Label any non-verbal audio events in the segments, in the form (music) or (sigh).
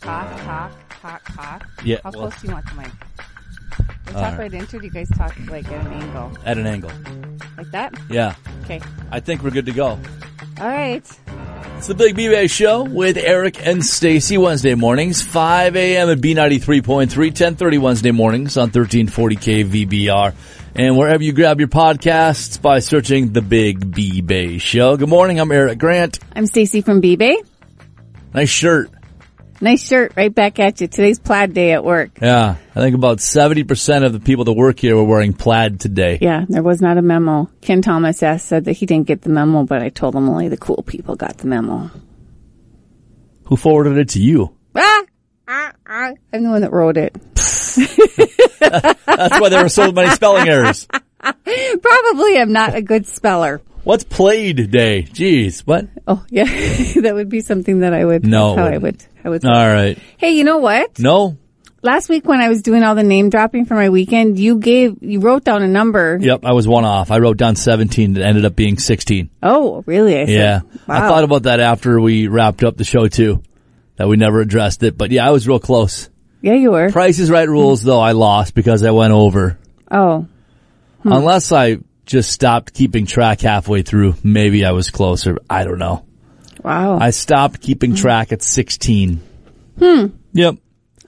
Talk, talk, talk, talk. Yeah, How well- uh, close do you want the mic? We talk right into it. Do you guys talk like at an angle, at an angle. like that? Yeah. Okay. I think we're good to go. All right. It's the Big B-Bay Show with Eric and Stacy Wednesday mornings, 5 a.m. at B93.3, 1030 Wednesday mornings on 1340K VBR. And wherever you grab your podcasts by searching The Big B-Bay Show. Good morning, I'm Eric Grant. I'm Stacy from B-Bay. Nice shirt. Nice shirt right back at you. Today's plaid day at work. Yeah, I think about 70% of the people that work here were wearing plaid today. Yeah, there was not a memo. Ken Thomas asked, said that he didn't get the memo, but I told him only the cool people got the memo. Who forwarded it to you? Ah! Ah, ah. (laughs) I'm the one that wrote it. That's why there were so many spelling errors. Probably I'm not a good speller. What's played day? Jeez, what? Oh, yeah. (laughs) that would be something that I would, No, that's how I it would, I would. All right. Hey, you know what? No? Last week when I was doing all the name dropping for my weekend, you gave, you wrote down a number. Yep, I was one off. I wrote down 17. It ended up being 16. Oh, really? I said, Yeah. I Wow. thought about that after we wrapped up the show too, that we never addressed it. But yeah, I was real close. yeah, you were. Price is right rules though, I lost because I went over. Oh, Unless I just stopped keeping track halfway through, maybe I was closer. I don't know. wow. I stopped keeping track at 16. Hmm. Yep.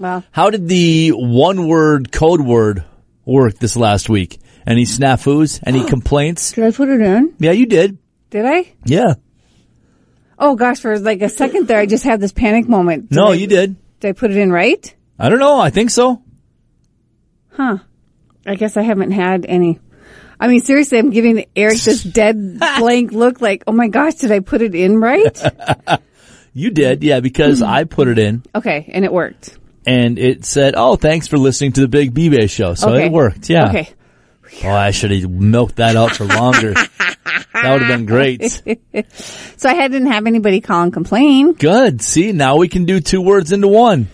wow. How did the one word code word work this last week? Any snafus? Any complaints? Did I put it in? Yeah, you did. Did I? Yeah. Oh gosh, for like a second there, I just had this panic moment. Did No, I- you did. Did I put it in right? I don't know. I think so. I guess I haven't had any. I mean, seriously, I'm giving Eric (laughs) this dead blank look like, oh my gosh, did I put it in (laughs) right? You did, yeah, Hmm. because I put it in Okay, and it worked. and it said, "Oh, thanks for listening to the Big B-Bay show." So okay. it worked, yeah. Okay. (laughs) Oh, I should have milked that out for longer. that would have been great. So I had- didn't have anybody call and complain. Good. See, now we can do two words into one.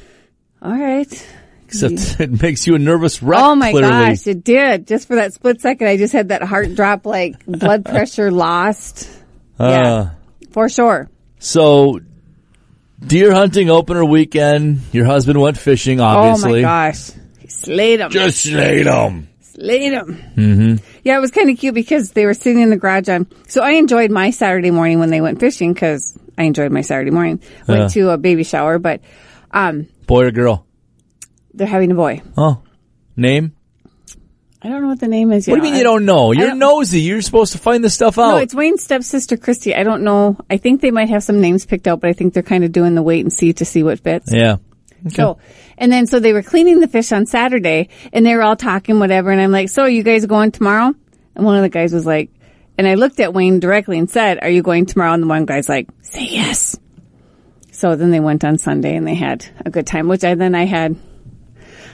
All right. Except (laughs) it makes you a nervous wreck. Oh my clearly. gosh, it did. Just for that split second, I just had that heart drop, like (laughs) blood pressure lost. Uh, yeah, for sure. So, deer hunting opener weekend. Your husband went fishing, Oh my obviously. gosh. He Slayed him. Just slayed him. Slayed him. Mm-hmm. Yeah, it was kind of cute because they were sitting in the garage. On, so I enjoyed my Saturday morning when they went fishing because I enjoyed my Saturday morning. Went Yeah. to a baby shower, but um, Boy or girl? they're having a boy. Oh, name. I don't know what the name is. What do you mean you don't know? You're don't- nosy. You're supposed to find this stuff out. No, it's Wayne's stepsister, Christy. I don't know. I think they might have some names picked out, but I think they're kind of doing the wait and see to see what fits. yeah. So, and then so they were cleaning the fish on Saturday and they were all talking whatever. And I'm like, so are you guys going tomorrow? And one of the guys was like, and I looked at Wayne directly and said, are you going tomorrow? And the one guy's like, say yes. So then they went on Sunday and they had a good time, which I then I had,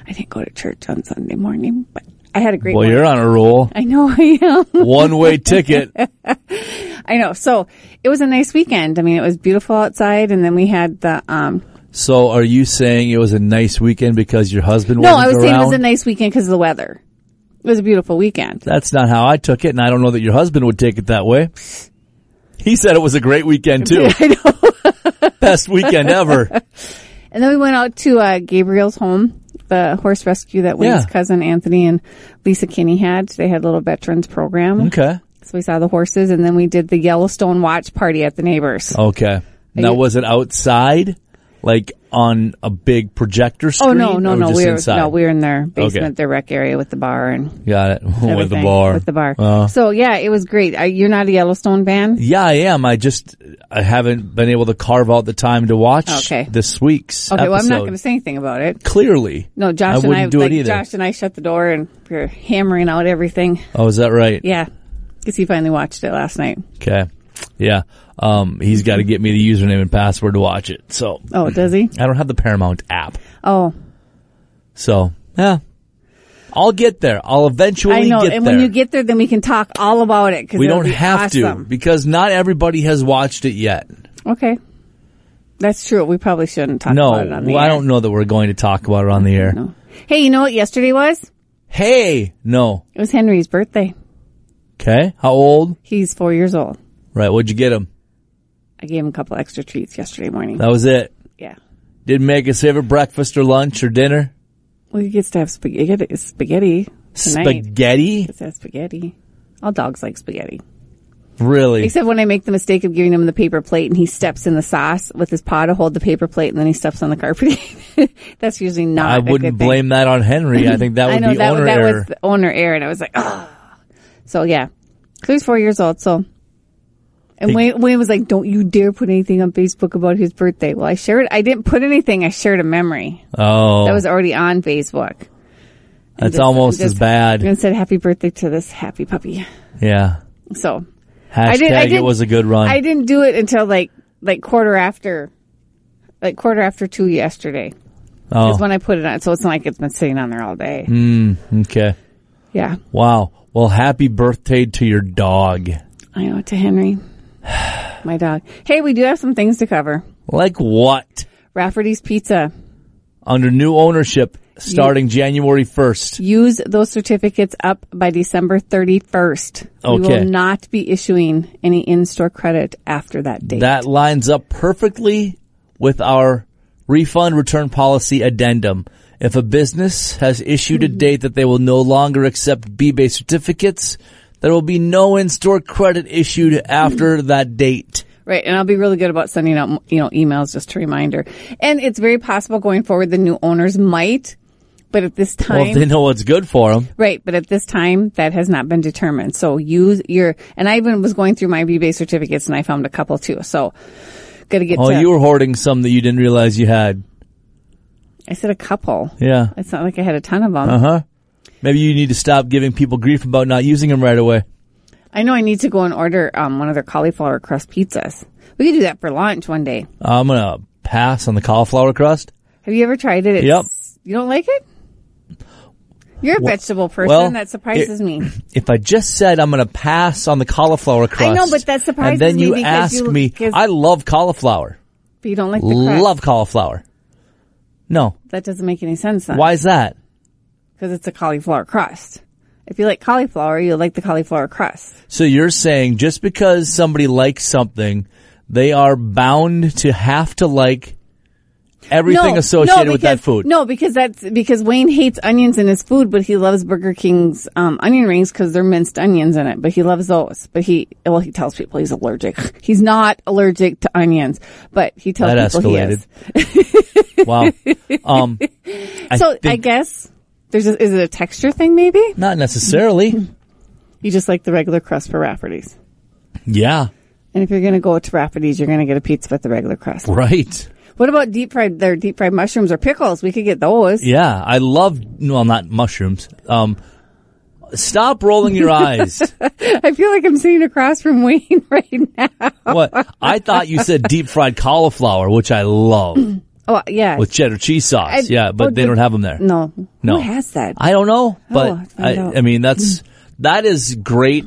I didn't go to church on Sunday morning, but I had a great Well, morning. you're on (laughs) a roll. I know I am. One way ticket. I know. So it was a nice weekend. I mean, it was beautiful outside and then we had the, um, So are you saying it was a nice weekend because your husband no, wasn't I was around? saying it was a nice weekend because of the weather. It was a beautiful weekend. That's not how I took it, and I don't know that your husband would take it that way. He said it was a great weekend too. (laughs) I know. (laughs) Best weekend ever. And then we went out to uh, Gabriel's home, the horse rescue that Wayne's Yeah. cousin Anthony and Lisa Kinney had. They had a little veterans program. Okay. So we saw the horses and then we did the Yellowstone watch party at the neighbors. Okay. Now was it outside? Like on a big projector screen? Oh no, no, or no! just We were inside? no, we were in their basement, Okay. their rec area with the bar and Got it. (laughs) With the everything, bar. With the bar. Uh, so yeah, it was great. Are, you're not a Yellowstone fan? yeah, I am. I just I haven't been able to carve out the time to watch Okay. this week's Okay, episode. well I'm not going to say anything about it. Clearly. No, Josh I and I wouldn't do it like, either. Josh and I shut the door and we were hammering out everything. Oh, is that right? Yeah, because he finally watched it last night. Okay. Yeah. Um, he's got to get me the username and password to watch it. So Oh, does (laughs) he? I don't have the Paramount app. Oh, So yeah, I'll get there. I'll eventually I know. get and there. when you get there, then we can talk all about it. 'cause we it'll don't be have to awesome. because not everybody has watched it yet. Okay, that's true. We probably shouldn't talk No, about it on the well, I air. don't know that we're going to talk about it on the air. Hey, you know what yesterday was? Hey, no. It was Henry's birthday. Okay. How old? He's four years old. Right. What'd you get him? I gave him a couple extra treats yesterday morning. That was it. yeah. Didn't make his favorite breakfast or lunch or dinner. Well, he gets to have spaghetti. Spaghetti tonight. Spaghetti? Gets to have spaghetti. All dogs like spaghetti. Really? Except when I make the mistake of giving him the paper plate and he steps in the sauce with his paw to hold the paper plate and then he steps on the carpet. (laughs) That's usually not. I a good wouldn't thing. blame that on Henry. I think that (laughs) would I know be that, owner that error. was the owner error, and I was like, oh. So yeah, so he's four years old. So, and Hey. Wayne, Wayne was like, "Don't you dare put anything on Facebook about his birthday." Well, I shared. I didn't put anything. I shared a memory oh, that was already on Facebook. that's just- almost just- as bad. And said, "Happy birthday to this happy puppy." yeah. So Hashtag didn't- I it didn't- was a good run. I didn't do it until like like quarter after, like quarter after two yesterday oh, Hmm. is when I put it on. So it's not like it's been sitting on there all day. okay. Yeah, Wow. Well, happy birthday to your dog. I know to Henry, (sighs) my dog. Hey, we do have some things to cover. Like what? Rafferty's Pizza. Under new ownership starting January 1st. Use those certificates up by December 31st. We Okay. will not be issuing any in-store credit after that date. That lines up perfectly with our refund return policy addendum. If a business has issued a date that they will no longer accept B-Bay certificates, there will be no in-store credit issued after that date. Right, and I'll be really good about sending out you know emails just to reminder. And it's very possible going forward the new owners might, but at this Well, if time, they know what's good for them. right, but at this time that has not been determined. So use your and I even was going through my BBA certificates and I found a couple too. So gotta get. Oh, to, you were hoarding some that you didn't realize you had. I said a couple. Yeah. Uh-huh. It's not like I had a ton of them. Maybe you need to stop giving people grief about not using them right away. I know I need to go and order um, one of their cauliflower crust pizzas. We could do that for lunch one day. I'm gonna pass on the cauliflower crust. Have you ever tried it? It's, Yep. You don't like it? You're a vegetable person. well, that surprises me. If I just said I'm gonna pass on the cauliflower crust, know, but that surprises And then me you because ask you- me, 'cause- I love cauliflower, But you don't like the crust. love cauliflower. No, That doesn't make any sense then. why is that? Because it's a cauliflower crust. If you like cauliflower, you'll like the cauliflower crust. So you're saying just because somebody likes something, they are bound to have to like everything no, associated no, with that because- food. No, because that's because Wayne hates onions in his food, but he loves Burger King's um, onion rings because they're minced onions in it. But he loves those. But he well, he tells people he's allergic. (laughs) He's not allergic to onions, but he tells That people he escalated. is. (laughs) wow. Um, I So I think- guess there's a, is it a texture thing? Maybe not necessarily. you just like the regular crust for Rafferty's. yeah. And if you're going to go to Rafferty's, you're going to get a pizza with the regular crust. Right. What about deep fried their deep fried mushrooms or pickles? We could get those. Yeah, I love well, not mushrooms. Um, stop rolling your eyes. (laughs) I feel like I'm sitting across from Wayne (laughs) right now. what? I thought you said deep fried cauliflower, which I love Oh yeah. with cheddar cheese sauce. I- yeah, but well, they the- don't have them there. oh, no. No. Who has that? I don't know, but I'll I, find out. I mean that's that is great,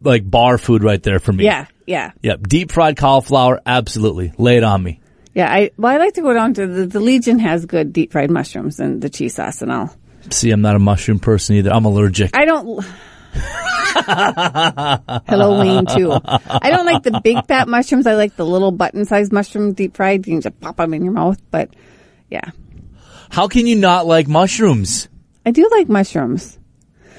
like bar food right there for me. yeah, yeah, Yep. Deep fried cauliflower, absolutely. Lay it on me. yeah. I well, I like to go down to the, the Legion has good deep fried mushrooms and the cheese sauce and all. See, I'm not a mushroom person either. I'm allergic. I don't. (laughs) Hello, Wayne. Too. I don't like the big fat mushrooms. I like the little button sized mushroom deep fried. You can just pop them in your mouth. But yeah, How can you not like mushrooms? I do like mushrooms.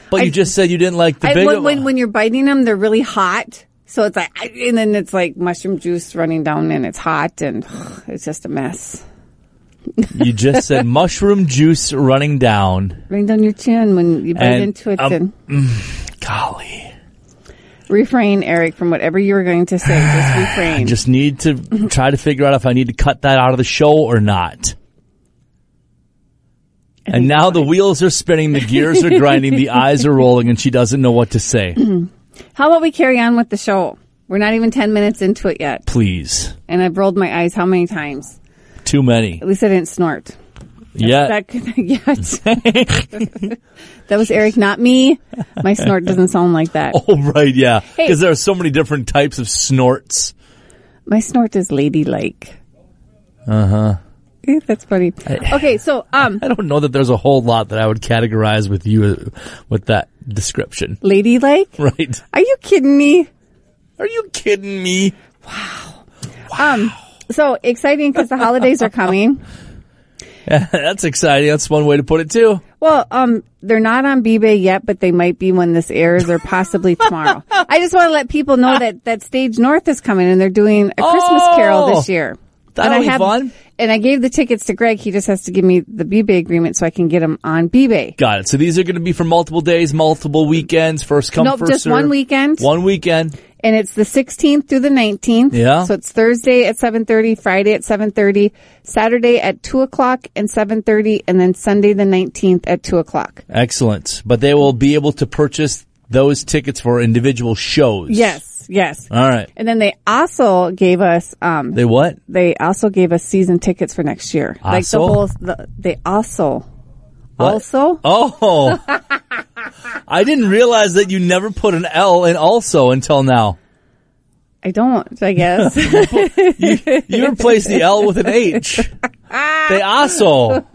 But you just said you didn't like the I, big when, when when you're biting them, they're really hot. So it's like, I- and then it's like mushroom juice running down, and it's hot, and (sighs) it's just a mess. You just said mushroom juice running down. Running down your chin when you bite And, into it. um, and Golly. refrain, Eric, from whatever you were going to say. Just (sighs) I refrain. just need to try to figure out if I need to cut that out of the show or not. And now the wheels are spinning, the gears are grinding, the eyes are rolling, and she doesn't know what to say. How about we carry on with the show? We're not even ten minutes into it yet, Please. and I've rolled my eyes how many times? Too many. At least I didn't snort. (laughs) Yeah. That could, (laughs) yes. that was Eric, not me. My snort doesn't sound like that. Oh, right, yeah. Hey. Because there are so many different types of snorts. My snort is ladylike. Uh-huh. Uh huh. That's funny. (laughs) Okay, so um, I don't know that there's a whole lot that I would categorize with you uh, with that description. (laughs) ladylike. Right. Are you kidding me? Are you kidding me? (laughs) Um, so exciting because the holidays are coming. That's exciting. That's one way to put it too. Well, um, they're not on B-Bay yet, but they might be when this airs or (laughs) possibly tomorrow. I just want to let people know that, that Stage North is coming and they're doing a Christmas carol this Oh, year. that'll and I be fun. And I gave the tickets to Greg. He just has to give me the B-Bay agreement so I can get them on B-Bay. Got it. So these are going to be for multiple days, multiple weekends, first come, Nope, first just one serve. weekend. One weekend. And it's the 16th through the 19th. Yeah. So it's Thursday at 7.30, Friday at 7.30, Saturday at 2 o'clock and 7.30, and then Sunday the 19th at 2 o'clock. Excellent. But they will be able to purchase those tickets for individual shows. Yes, yes. All right. And then they also gave us, um, They what? they also gave us season tickets for next year. Like the Also? whole, the, they also, What? also, (laughs) Oh. I didn't realize that you never put an L in also until now. I don't, I (laughs) guess. You replaced the L with an H. They also.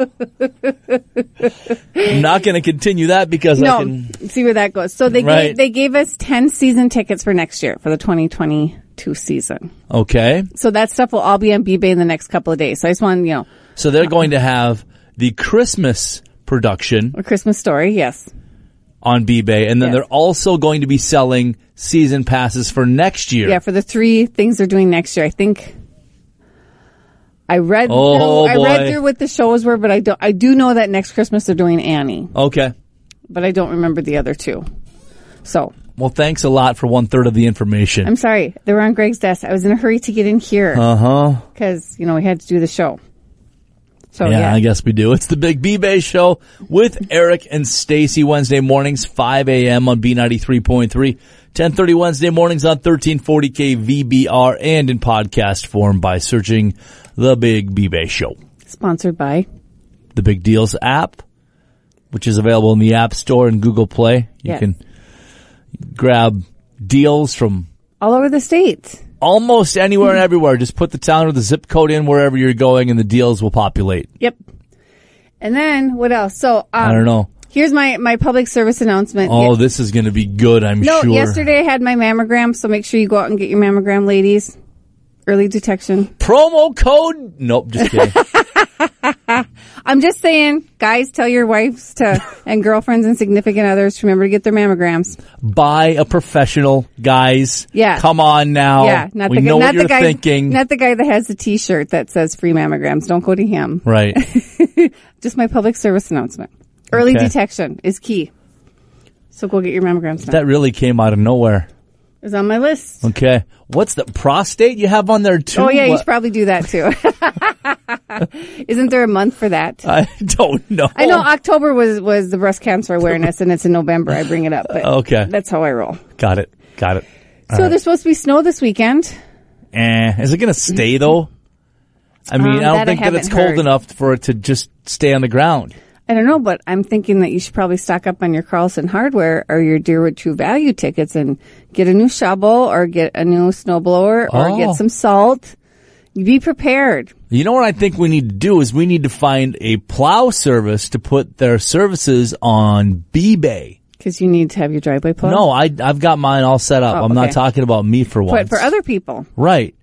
I'm not going to continue that because I no, can. see where that goes. So they Right. gave, they gave us 10 season tickets for next year for the 2022 season. Okay. So that stuff will all be on B-Bay in the next couple of days. So I just want, you know, So they're going to have the Christmas production a Christmas story. Yes. on B-Bay, and then Yes. they're also going to be selling season passes for next year. Yeah. For the three things they're doing next year. I think I read, Oh, through, I read boy. through what the shows were, but I don't, I do know that next Christmas they're doing Annie, Okay. but I don't remember the other two. So Well, thanks a lot for one third of the information. I'm sorry. They were on Greg's desk. I was in a hurry to get in here Uh huh. because, you know, we had to do the show. So, Yeah, Oh, yeah. I guess we do. It's the Big B Bay Show with Eric and Stacy Wednesday mornings, 5 a.m. on B93.3, 1030 Wednesday mornings on 1340K VBR and in podcast form by searching the Big B Bay Show. Sponsored by. the Big Deals app, which is available in the App Store and Google Play. You Yes. can grab deals from All over the state. almost (laughs) anywhere and everywhere. Just put the town or the zip code in wherever you're going, and the deals will populate. Yep. And then what else? So, um, I don't know. Here's my, my public service announcement. Oh, this is going to be good, I'm Uh, no, sure. yesterday I had my mammogram, so make sure you go out and get your mammogram, ladies. Early detection. Promo code? Nope, (laughs) just kidding. I'm just saying, guys, tell your wives (laughs) to and girlfriends and significant others to remember to get their mammograms. Buy a professional, guys. Yeah. Come on now. yeah, not we the guy, know not what you're the guy, thinking. not the guy that has the T-shirt that says free mammograms. Don't go to him. (laughs) right. Just my public service announcement. Early Okay. detection is key. So go get your mammograms now. That really came out of nowhere. It's on my list. Okay. What's the prostate you have on there too? Oh yeah, you What- should probably do that too. (laughs) Isn't there a month for that? I (laughs) don't know. I know October was was the breast cancer awareness, and it's in November. I bring it up, but (laughs) Okay. that's how I roll. Got it. Got it. so there's supposed to be snow this weekend. Eh, is it going to stay though? I mean, Um, I don't that I think that it's haven't cold heard. enough for it to just stay on the ground. I don't know, but I'm thinking that you should probably stock up on your Carlson hardware or your Deerwood True Value tickets and get a new shovel or get a new snowblower or Oh. get some salt. Be prepared. You know what I think we need to do is we need to find a plow service to put their services on B-Bay. Because you need to have your driveway plowed. No, I, I've got mine all set up. Oh, I'm not okay. talking about me for once. but for other people, right.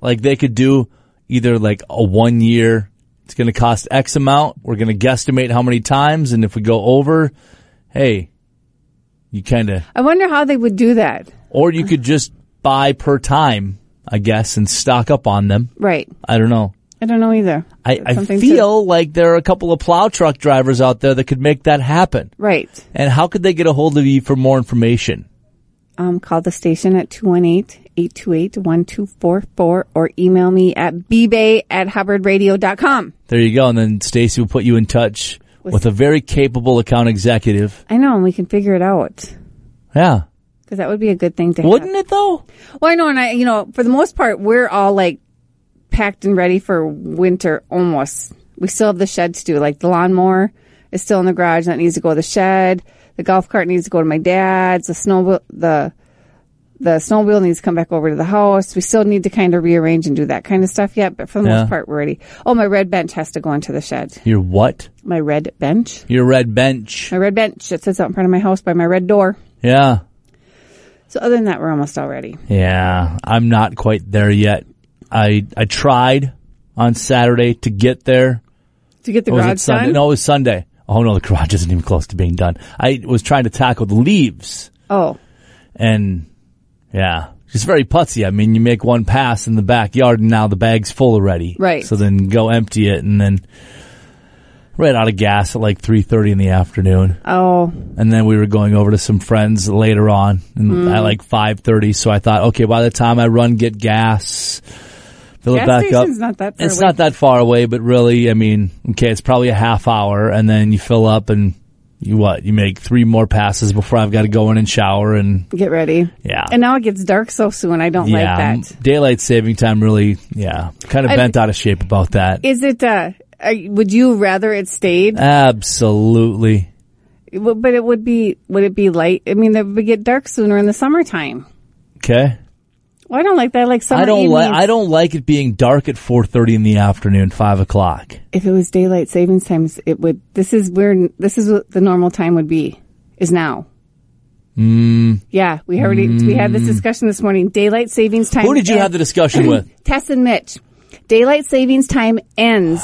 Like they could do either like a one year, it's going to cost X amount. We're going to guesstimate how many times. And if we go over, hey, you kind of I wonder how they would do that. Or you could just buy per time, I guess, and stock up on them. Right. I don't know. I don't know either. I, It's I something to- feel like there are a couple of plow truck drivers out there that could make that happen. right. And how could they get a hold of you for more information? Um, call the station at 218-828-1244 or email me at bbay at hubbardradio.com. There you go. And then Stacy will put you in touch with, a very capable account executive. I know, and we can figure it out. Yeah. Because that would be a good thing to have. Wouldn't it though? Well, I know, and I, you know, for the most part, we're all like packed and ready for winter almost. We still have the shed to do. Like the lawnmower is still in the garage. That needs to go to the shed. The golf cart needs to go to my dad's. The snow, the, the snowmobile needs to come back over to the house. We still need to kind of rearrange and do that kind of stuff yet, but for the Yeah. most part, we're ready. Oh, my red bench has to go into the shed. Your what? My red bench. Your red bench. My red bench. It sits out in front of my house by my red door. Yeah. So other than that, we're almost all ready. Yeah, I'm not quite there yet. I I tried on Saturday to get there. To get the Or was Oh, it garage Sunday? done. No, it was Sunday. Oh no, the garage isn't even close to being done. I was trying to tackle the leaves, Oh, and yeah, it's very putsy. I mean, you make one pass in the backyard, and now the bag's full already. Right. So then go empty it, and then ran out of gas at like three thirty in the afternoon oh, and then we were going over to some friends later on and Hmm. at like 5.30 so i thought okay by the time i run get gas fill Gas it back up station's not that far it's away. not that far away but really i mean okay it's probably a half hour and then you fill up and you what you make three more passes before i've got to go in and shower and get ready. yeah And now it gets dark so soon. I don't yeah like m- that. daylight saving time really yeah kind of I- bent out of shape about that Is it? Uh, are, you- would you rather it stayed? absolutely W- but it would be. Would it be light? I mean, it would get dark sooner in the summertime. okay Well, I don't like that. I like summer I don't like evenings. I don't like it being dark at four thirty in the afternoon, five o'clock. if it was daylight savings times, it would. This is where this is what the normal time would be. Is now. Hmm. Mm. Yeah, we already we had this discussion this morning. Daylight savings time. Who did you ends- have the discussion (clears throat) with? Tess and Mitch. Daylight savings time ends,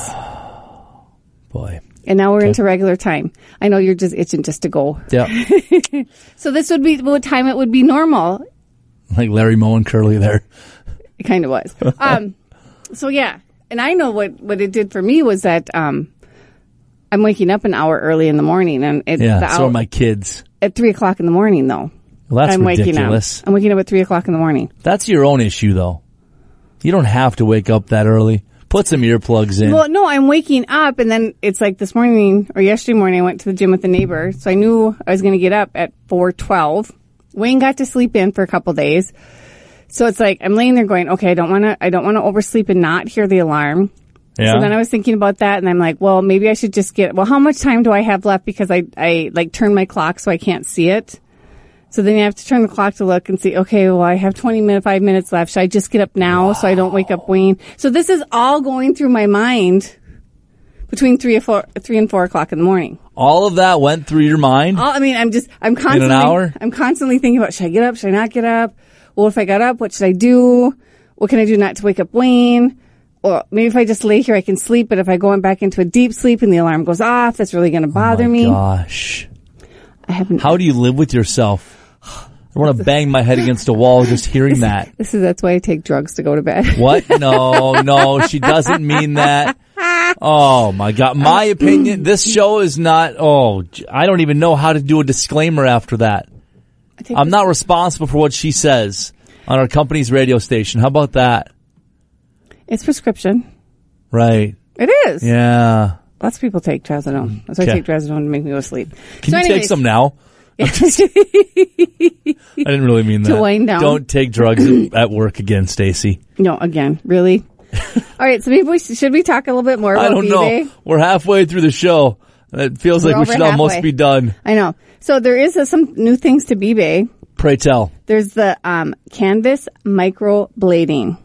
(laughs) Boy. and now we're into regular time. I know you're just itching just to go. Yeah. So this would be what time it would be normal. like Larry Moe and Curly there. It kind of (laughs) was. Um, so yeah, and I know what what it did for me was that um, I'm waking up an hour early in the morning, and it's Yeah. the so hour, are my kids. at three o'clock in the morning though. Well, that's I'm ridiculous. waking up. I'm waking up at three o'clock in the morning. That's your own issue though. You don't have to wake up that early. Put some earplugs in. Well, no, I'm waking up, and then it's like this morning or yesterday morning. I went to the gym with a neighbor, so I knew I was going to get up at four twelve. Wayne got to sleep in for a couple days, so it's like I'm laying there going, okay, I don't want to, I don't want to oversleep and not hear the alarm. yeah. So then I was thinking about that, and I'm like, well, maybe I should just get. Well, how much time do I have left? Because I I like turn my clock so I can't see it. So then you have to turn the clock to look and see. Okay, well, I have 20 minutes, five minutes left. Should I just get up now so I don't wake up Wayne? So this is all going through my mind between three or four, three and four o'clock in the morning. All of that went through your mind. All, I mean, I'm just I'm constantly hour? I'm constantly thinking about should I get up? Should I not get up? Well, if I got up, what should I do? What can I do not to wake up Wayne? Or maybe if I just lay here, I can sleep. But if I go back into a deep sleep and the alarm goes off, that's really going to bother Oh my me. gosh. I haven't. How do you live with yourself? I want to bang my head against a wall just hearing that. (laughs) This is that's why I take drugs to go to bed. What? No, no, she doesn't mean that. Oh my god, my opinion. This show is not. Oh, j- I don't even know how to do a disclaimer after that. (laughs) I take I'm not responsible for what she says on our company's radio station. How about that? It's prescription. Right? It is. Yeah. Mm-hmm. Lots of people take trazodone. That's why I Okay. take trazodone to make me go to sleep. Can so you anyways, (laughs) take some now? I didn't (laughs) really mean that. wind down. Don't take (laughs) drugs at work again, Stacy. No, again, (laughs) really. All right, so maybe we should we talk a little bit more I about don't B-Day? know. We're halfway through the show. It feels like We're we should over almost halfway. be done. I know. So there is uh, some new things to B-Bay. Pray tell. There's the um, canvas microblading.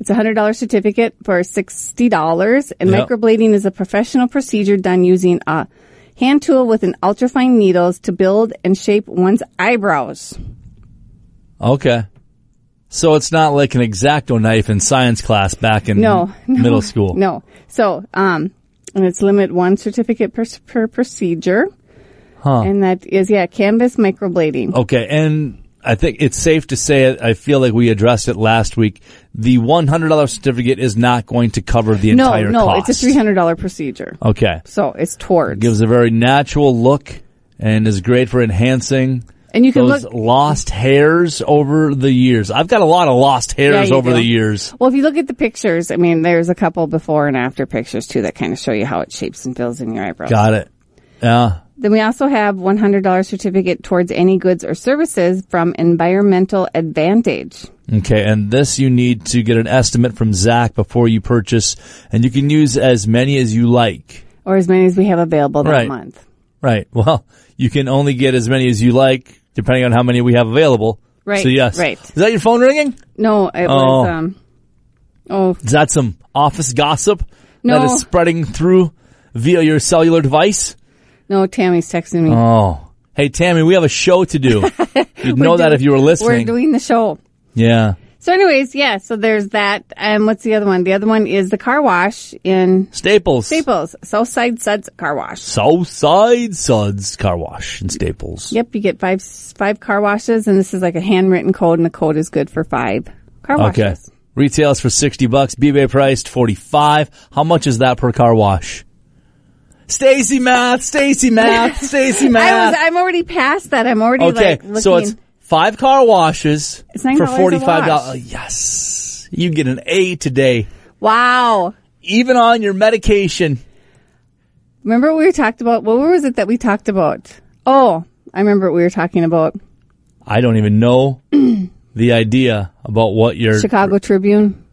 It's a hundred dollar certificate for sixty dollars, and Yep. microblading is a professional procedure done using a hand tool with an ultrafine needles to build and shape one's eyebrows. Okay. So it's not like an exacto knife in science class back in No, no, (laughs) middle school. No, so um, and it's limit one certificate per per procedure, Huh. and that is yeah, canvas microblading. Okay, and I think it's safe to say it. I feel like we addressed it last week. The one hundred dollar certificate is not going to cover the no, entire no, cost. Uh, it's a three hundred dollar procedure, Okay, so it's towards. gives a very natural look and is great for enhancing. And you can those look- lost hairs over the years. I've got a lot of lost hairs you over do. the years. Well, if you look at the pictures, I mean, there's a couple before and after pictures too that kind of show you how it shapes and fills in your eyebrows. Got it. Yeah. Then we also have $100 certificate towards any goods or services from Environmental Advantage. Okay, and this you need to get an estimate from Zach before you purchase, and you can use as many as you like. Or as many as we have available that Right. month. Right. (laughs) Well, you can only get as many as you like, depending on how many we have available. Right, So yes. right. Is that your phone ringing? No, it Oh. was, um, oh, Is that some office gossip No. that is spreading through via your cellular device? no, Tammy's texting me. (laughs) Oh. Hey Tammy, we have a show to do. You'd know that if you were We're listening. doing the show. yeah. So, anyways, yeah. So there's that. And what's the other one? The other one is the car wash in Staples. Staples, Southside Suds Car Wash. Southside Suds Car Wash and Staples. Yep, you get five five car washes, and this is like a handwritten code, and the code is good for five car washes. Okay. Retails for 60 bucks. eBay priced 45. How much is that per car wash? Stacy math, (laughs) Stacy math, I Stacy was, math. I'm already past that. I'm already okay. like looking. so it's five car washes It's for $9 a wash. $45. Yes. You get an A today. wow. Even on your medication. Remember what we talked about? What was it that we talked about? Oh, I remember what we were talking about. I don't even know (clears throat) the idea about what your Chicago Tribune.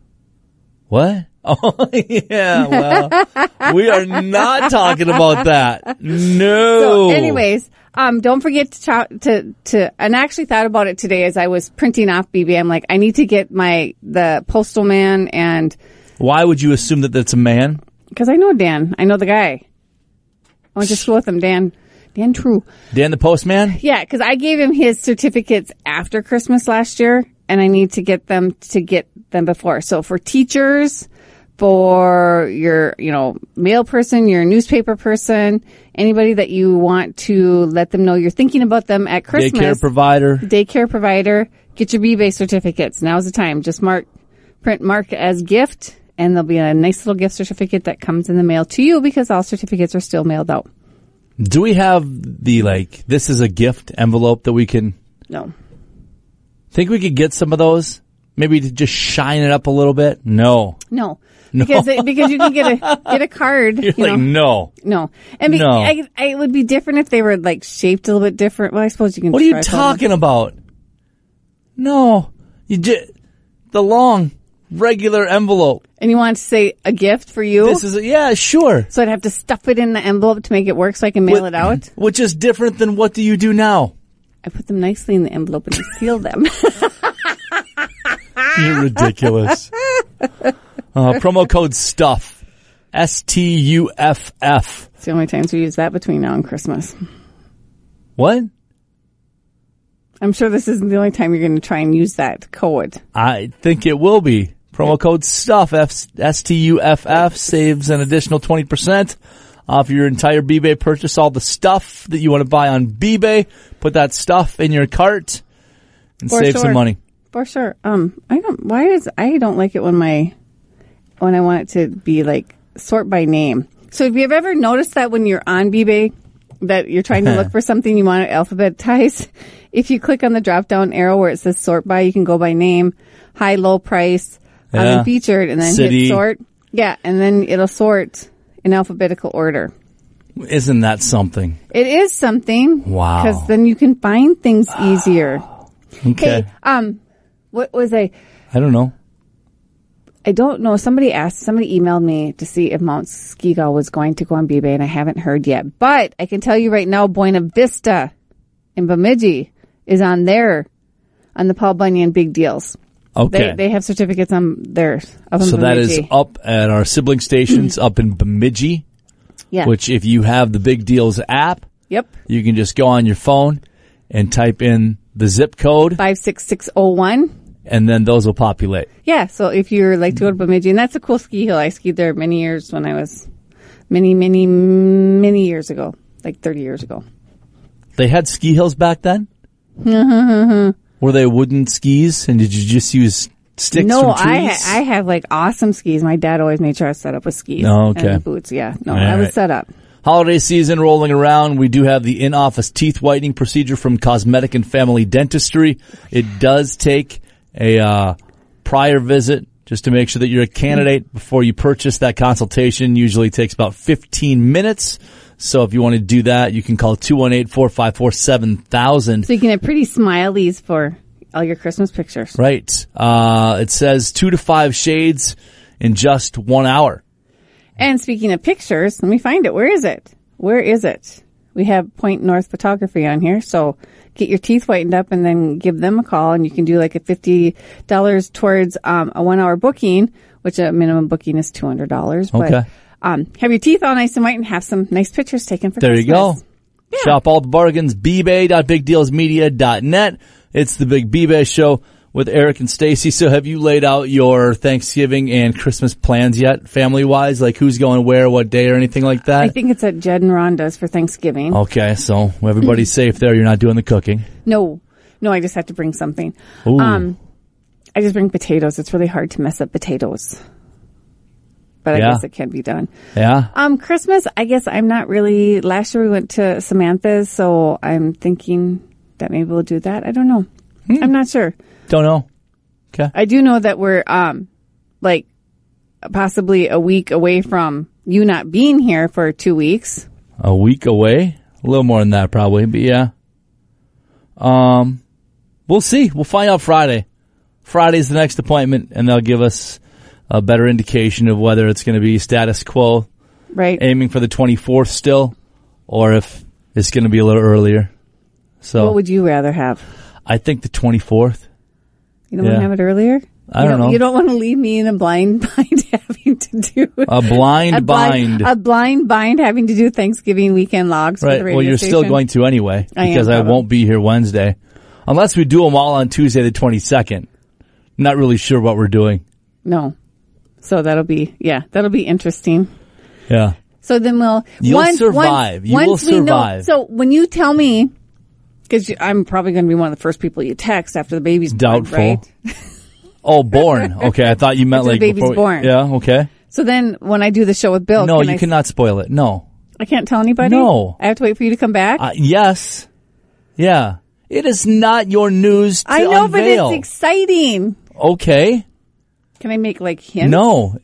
What? (laughs) Oh yeah, well, we are not talking (laughs) about that. No. So, anyways, um, don't forget to talk to to. And I actually thought about it today as I was printing off BB. I'm like, I need to get my the postal man and why would you assume that that's a man? because I know Dan, I know the guy. I went to school with him, Dan. Dan True. Dan the postman? Yeah, because I gave him his certificates after Christmas last year, and I need to get them to get them before. So for teachers, for your you know mail person, your newspaper person, anybody that you want to let them know you're thinking about them at Daycare Christmas, provider. daycare provider, get your BBay certificates. Now's the time. Just mark print mark as gift, and there'll be a nice little gift certificate that comes in the mail to you because all certificates are still mailed out. Do we have the like this is a gift envelope that we can No. think we could get some of those? Maybe to just shine it up a little bit? No. No, because it, because you can get a (laughs) get a card. you You're like, know? no. no, and be, No. I, I, it would be different if they were like shaped a little bit different. Well, I suppose you can. What are you try to tell them. talking about? No. You just the long regular envelope. And you want to say a gift for you, This is a, yeah, sure. so I'd have to stuff it in the envelope to make it work, so I can mail What- it out. Which is different than what do you do now? I put them nicely in the envelope and I seal (laughs) them. You're ridiculous. uh, promo code stuff. S T U F F. it's the only times we use that between now and Christmas. What? I'm sure this isn't the only time you're going to try and use that code. I think it will be. Promo code stuff. F S T U F F saves an additional 20% off your entire BeBay purchase. All the stuff that you want to buy on BeBay. Put that stuff in your cart and For save sure. some money. For sure. Um, I don't. Why is I don't like it when my when I want it to be like sort by name. So have you ever noticed that when you're on eBay that you're trying to (laughs) look for something you want to alphabetize? (laughs) If you click on the drop down arrow where it says sort by, you can go by name, high, low, price, Yeah. um, featured, and then City. hit sort. Yeah, and then it'll sort in alphabetical order. Isn't that something? It is something. Wow. Ah. Because then you can find things easier. Okay. Hey, um, what was I? I don't know. I don't know. Somebody asked, somebody emailed me to see if Mount Skeegal was going to go on B-Bay, and I haven't heard yet. But I can tell you right now, Buena Vista in Bemidji is on there, on the Paul Bunyan Big Deals. They, Okay. they have certificates on theirs. Of So that is Bemidji. up at our sibling stations up in Bemidji, yeah. which if you have the Big Deals app, yep. you can just go on your phone and type in the zip code 56601. and then those will populate. oh, Yeah. So if you're like to go to Bemidji, and that's a cool ski hill. I skied there many years when I was many, many, many years ago, like 30 years ago. They had ski hills (laughs) back then? Were they wooden skis and did you just use sticks No, from trees? I ha- I have like awesome skis. My dad always made sure I was set up with skis Oh, okay. and boots. Yeah, no, All I was right. set up. Holiday season rolling around. We do have the in-office teeth whitening procedure from Cosmetic and Family Dentistry. It does take a uh, prior visit just to make sure that you're a candidate before you purchase that consultation. Usually takes about 15 minutes. So if you want to do that, you can call 218-454-7000. So you can have pretty smileys for all your Christmas pictures. Right. Uh, it says two to five shades in just one hour. And speaking of pictures, let me find it. Where is it? Where is it? We have Point North Photography on here, so get your teeth whitened up and then give them a call, and you can do like a fifty dollars towards um, a one hour booking, which a minimum booking is two hundred dollars. Okay. But um, have your teeth all nice and white, and have some nice pictures taken for There Christmas. you go. Shop all the bargains, bbay.bigdealsmedia.net. It's the Big B-Bash Show with Eric and Stacy. So have you laid out your Thanksgiving and Christmas plans yet, family-wise? Like who's going where, what day, or anything like that? I think it's at Jed and Rhonda's for Thanksgiving. okay, so everybody's safe there. You're not doing the cooking. No, no, I just have to bring something. Um, Ooh. I just bring potatoes. It's really hard to mess up potatoes, but I Yeah. guess it can be done. yeah? Um, Christmas, I guess I'm not really. Last year we went to Samantha's, so I'm thinking that maybe we'll do that. I don't know. Hmm. I'm not sure. Don't know. Okay. I do know that we're, um, like possibly a week away from you not being here for two weeks. a week away, a little more than that probably, but yeah. Um, we'll see. We'll find out Friday. Friday's the next appointment, and they'll give us a better indication of whether it's going to be status quo, Right. aiming for the 24th still, or if it's going to be a little earlier. So what would you rather have? I think the 24th. You don't want Yeah. to have it earlier? I You don't know. You don't want to leave me in a blind (laughs) bind having to do A blind a bind. A blind bind having to do Thanksgiving weekend logs. For right. the radio Well, you're still station. going to anyway I am, because I probably. won't be here Wednesday, unless we do them all on Tuesday the 22nd. Not really sure what we're doing. No. So that'll be yeah, that'll be interesting. Yeah. So then we'll You'll once, survive. Once, You will once we Know, survive. so when you tell me, because I'm probably going to be one of the first people you text after the baby's Doubtful. born, right? Oh, (laughs) born. Okay, I thought you meant After the like baby's before- born. Yeah. Okay. So then when I do the show with Bill, No, can you I, cannot spoil it. No. I can't tell anybody. No. I have to wait for you to come back. Uh, yes. Yeah. It is not your news to I know, unveil. but it's exciting. okay. Can I make like hints? No.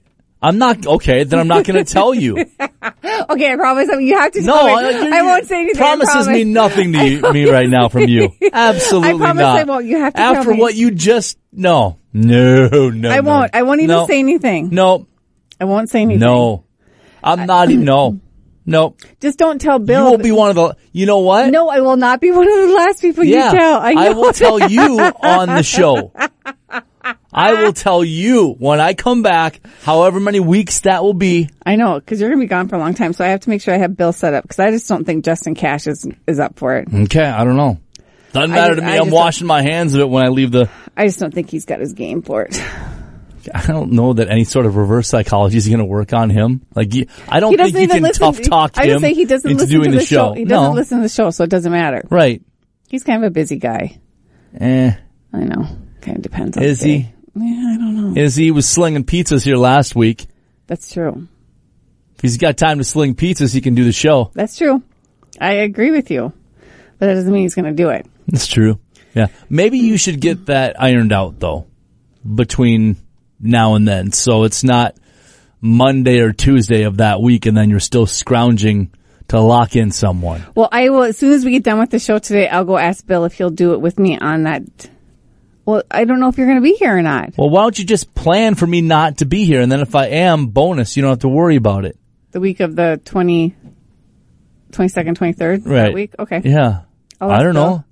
I'm not okay. Then I'm not going (laughs) to tell you. Okay, I promise. I mean, you have to. No, tell me. I- you- I won't say anything. I Promises promise. mean (laughs) nothing to you, me right now from you. Absolutely I promise not. I won't. You have to tell After me. what you just no, no, no. I no. won't. I won't even No. say anything. No, I won't say anything. no. I'm not. e- No, no. Just don't tell You Bill. won't be one of the. You know what? no, I will not be one of the last people Yeah, you tell. I, know. will tell (laughs) you on the show. I will tell you when I come back, however many weeks that will be. I know, because you're going to be gone for a long time, so I have to make sure I have Bill set up because I just don't think Justin Cash is is up for it. Okay, I don't know. Doesn't I matter just- to me. I I'm just- washing my hands of it when I leave the. I just don't think he's got his game for it. (laughs) I don't know that any sort of reverse psychology is going to work on him. Like you- I don't He think doesn't you even can listen. tough talk I him would say he doesn't into listen doing to the show. He doesn't no, listen to the show, so it doesn't matter. right? He's kind of a busy guy. Eh, I know. Kind of depends. on is the day. he? Is he was slinging pizzas here last week? That's true. If he's got time to sling pizzas, he can do the show. That's true. I agree with you, but that doesn't mean he's going to do it. That's true. Yeah. Maybe you should get that ironed out though between now and then. So it's not Monday or Tuesday of that week and then you're still scrounging to lock in someone. Well, I will. As soon as we get done with the show today, I'll go ask Bill if he'll do it with me on that. Well, I don't know if you're going to be here or not. Well, why don't you just plan for me not to be here? And then if I am, bonus, you don't have to worry about it. The week of the 20, 22nd, 23rd? That Right. week? Okay. Oh, Yeah. I'll I ask don't know. Bill.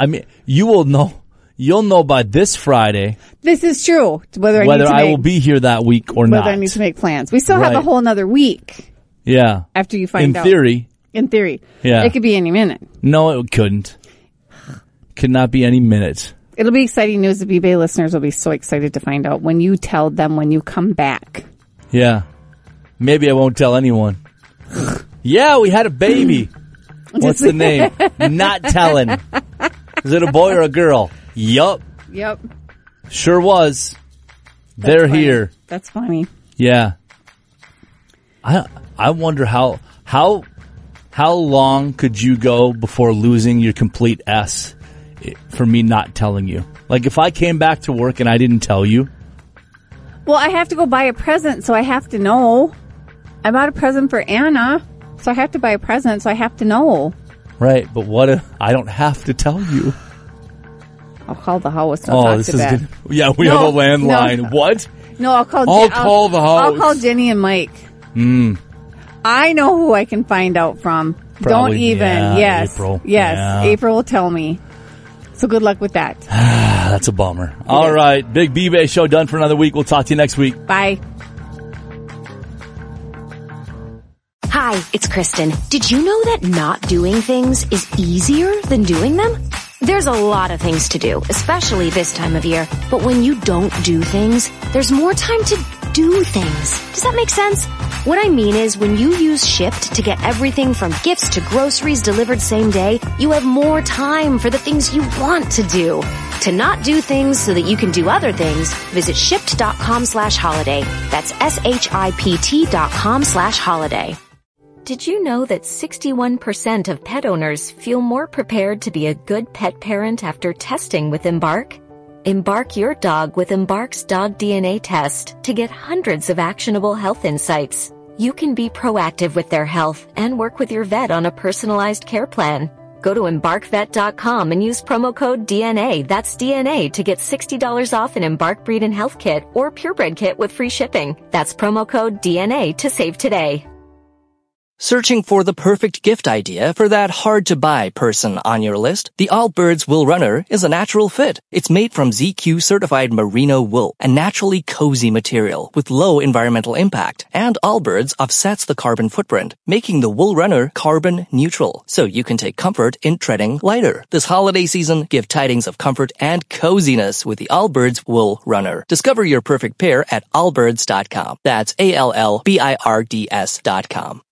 I mean, you will know. You'll know by this Friday This is true. Whether, whether I, need to I make, will be here that week or whether not. I need to make plans. We still have a Right. whole another week yeah. after you find In out. theory, In theory. Yeah. It could be any minute. no, it couldn't. Could not be any minute. It'll be exciting news. The B-Bay listeners will be so excited to find out when you tell them when you come back. Yeah. Maybe I won't tell anyone. yeah, we had a baby. What's the name? Not telling. Is it a boy or a girl? Yup. Yep. Sure was. They're Funny. here. That's funny. Yeah. I I wonder how how how long could you go before losing your complete S i- for me not telling you? Like if I came back to work and I didn't tell you, Well, I have to go buy a present, so I have to know. I bought a present for Anna, so I have to buy a present, so I have to know. right? But what if I don't have to tell you? I'll call the house. And I'll Oh, talk this to is Beth. good. Yeah, we No, have a landline. no. What? No, I'll call. I'll call the I'll house. Hmm. call Jenny and Mike. Mm. I know who I can find out from. Don't Probably, even. yeah, yes. April. Yes. Yeah. April will tell me. So good luck with (sighs) that. Ah, that's a bummer. All right, Big B Bay show done for another week. We'll talk to you next week. Bye. Hi, it's Kristen. Did you know that not doing things is easier than doing them? There's a lot of things to do, especially this time of year. But when you don't do things, there's more time to do things. Does that make sense? What I mean is when you use Shipt to get everything from gifts to groceries delivered same day, you have more time for the things you want to do. To not do things so that you can do other things, visit shipped.com slash holiday. That's S-H-I-P-T dot com slash holiday. Did you know that 61% of pet owners feel more prepared to be a good pet parent after testing with Embark? Embark your dog with Embark's dog DNA test to get hundreds of actionable health insights. You can be proactive with their health and work with your vet on a personalized care plan. Go to EmbarkVet.com and use promo code DNA, that's DNA, to get $60 off an Embark Breed and Health Kit or Purebred Kit with free shipping. That's promo code DNA to save today. Searching for the perfect gift idea for that hard to buy person on your list? The Allbirds Wool Runner is a natural fit. It's made from ZQ certified merino wool, a naturally cozy material with low environmental impact, and Allbirds offsets the carbon footprint, making the Wool Runner carbon neutral, so you can take comfort in treading lighter. This holiday season, give tidings of comfort and coziness with the Allbirds Wool Runner. Discover your perfect pair at allbirds.com. That's A-L-L-B-I-R-D-S dot com.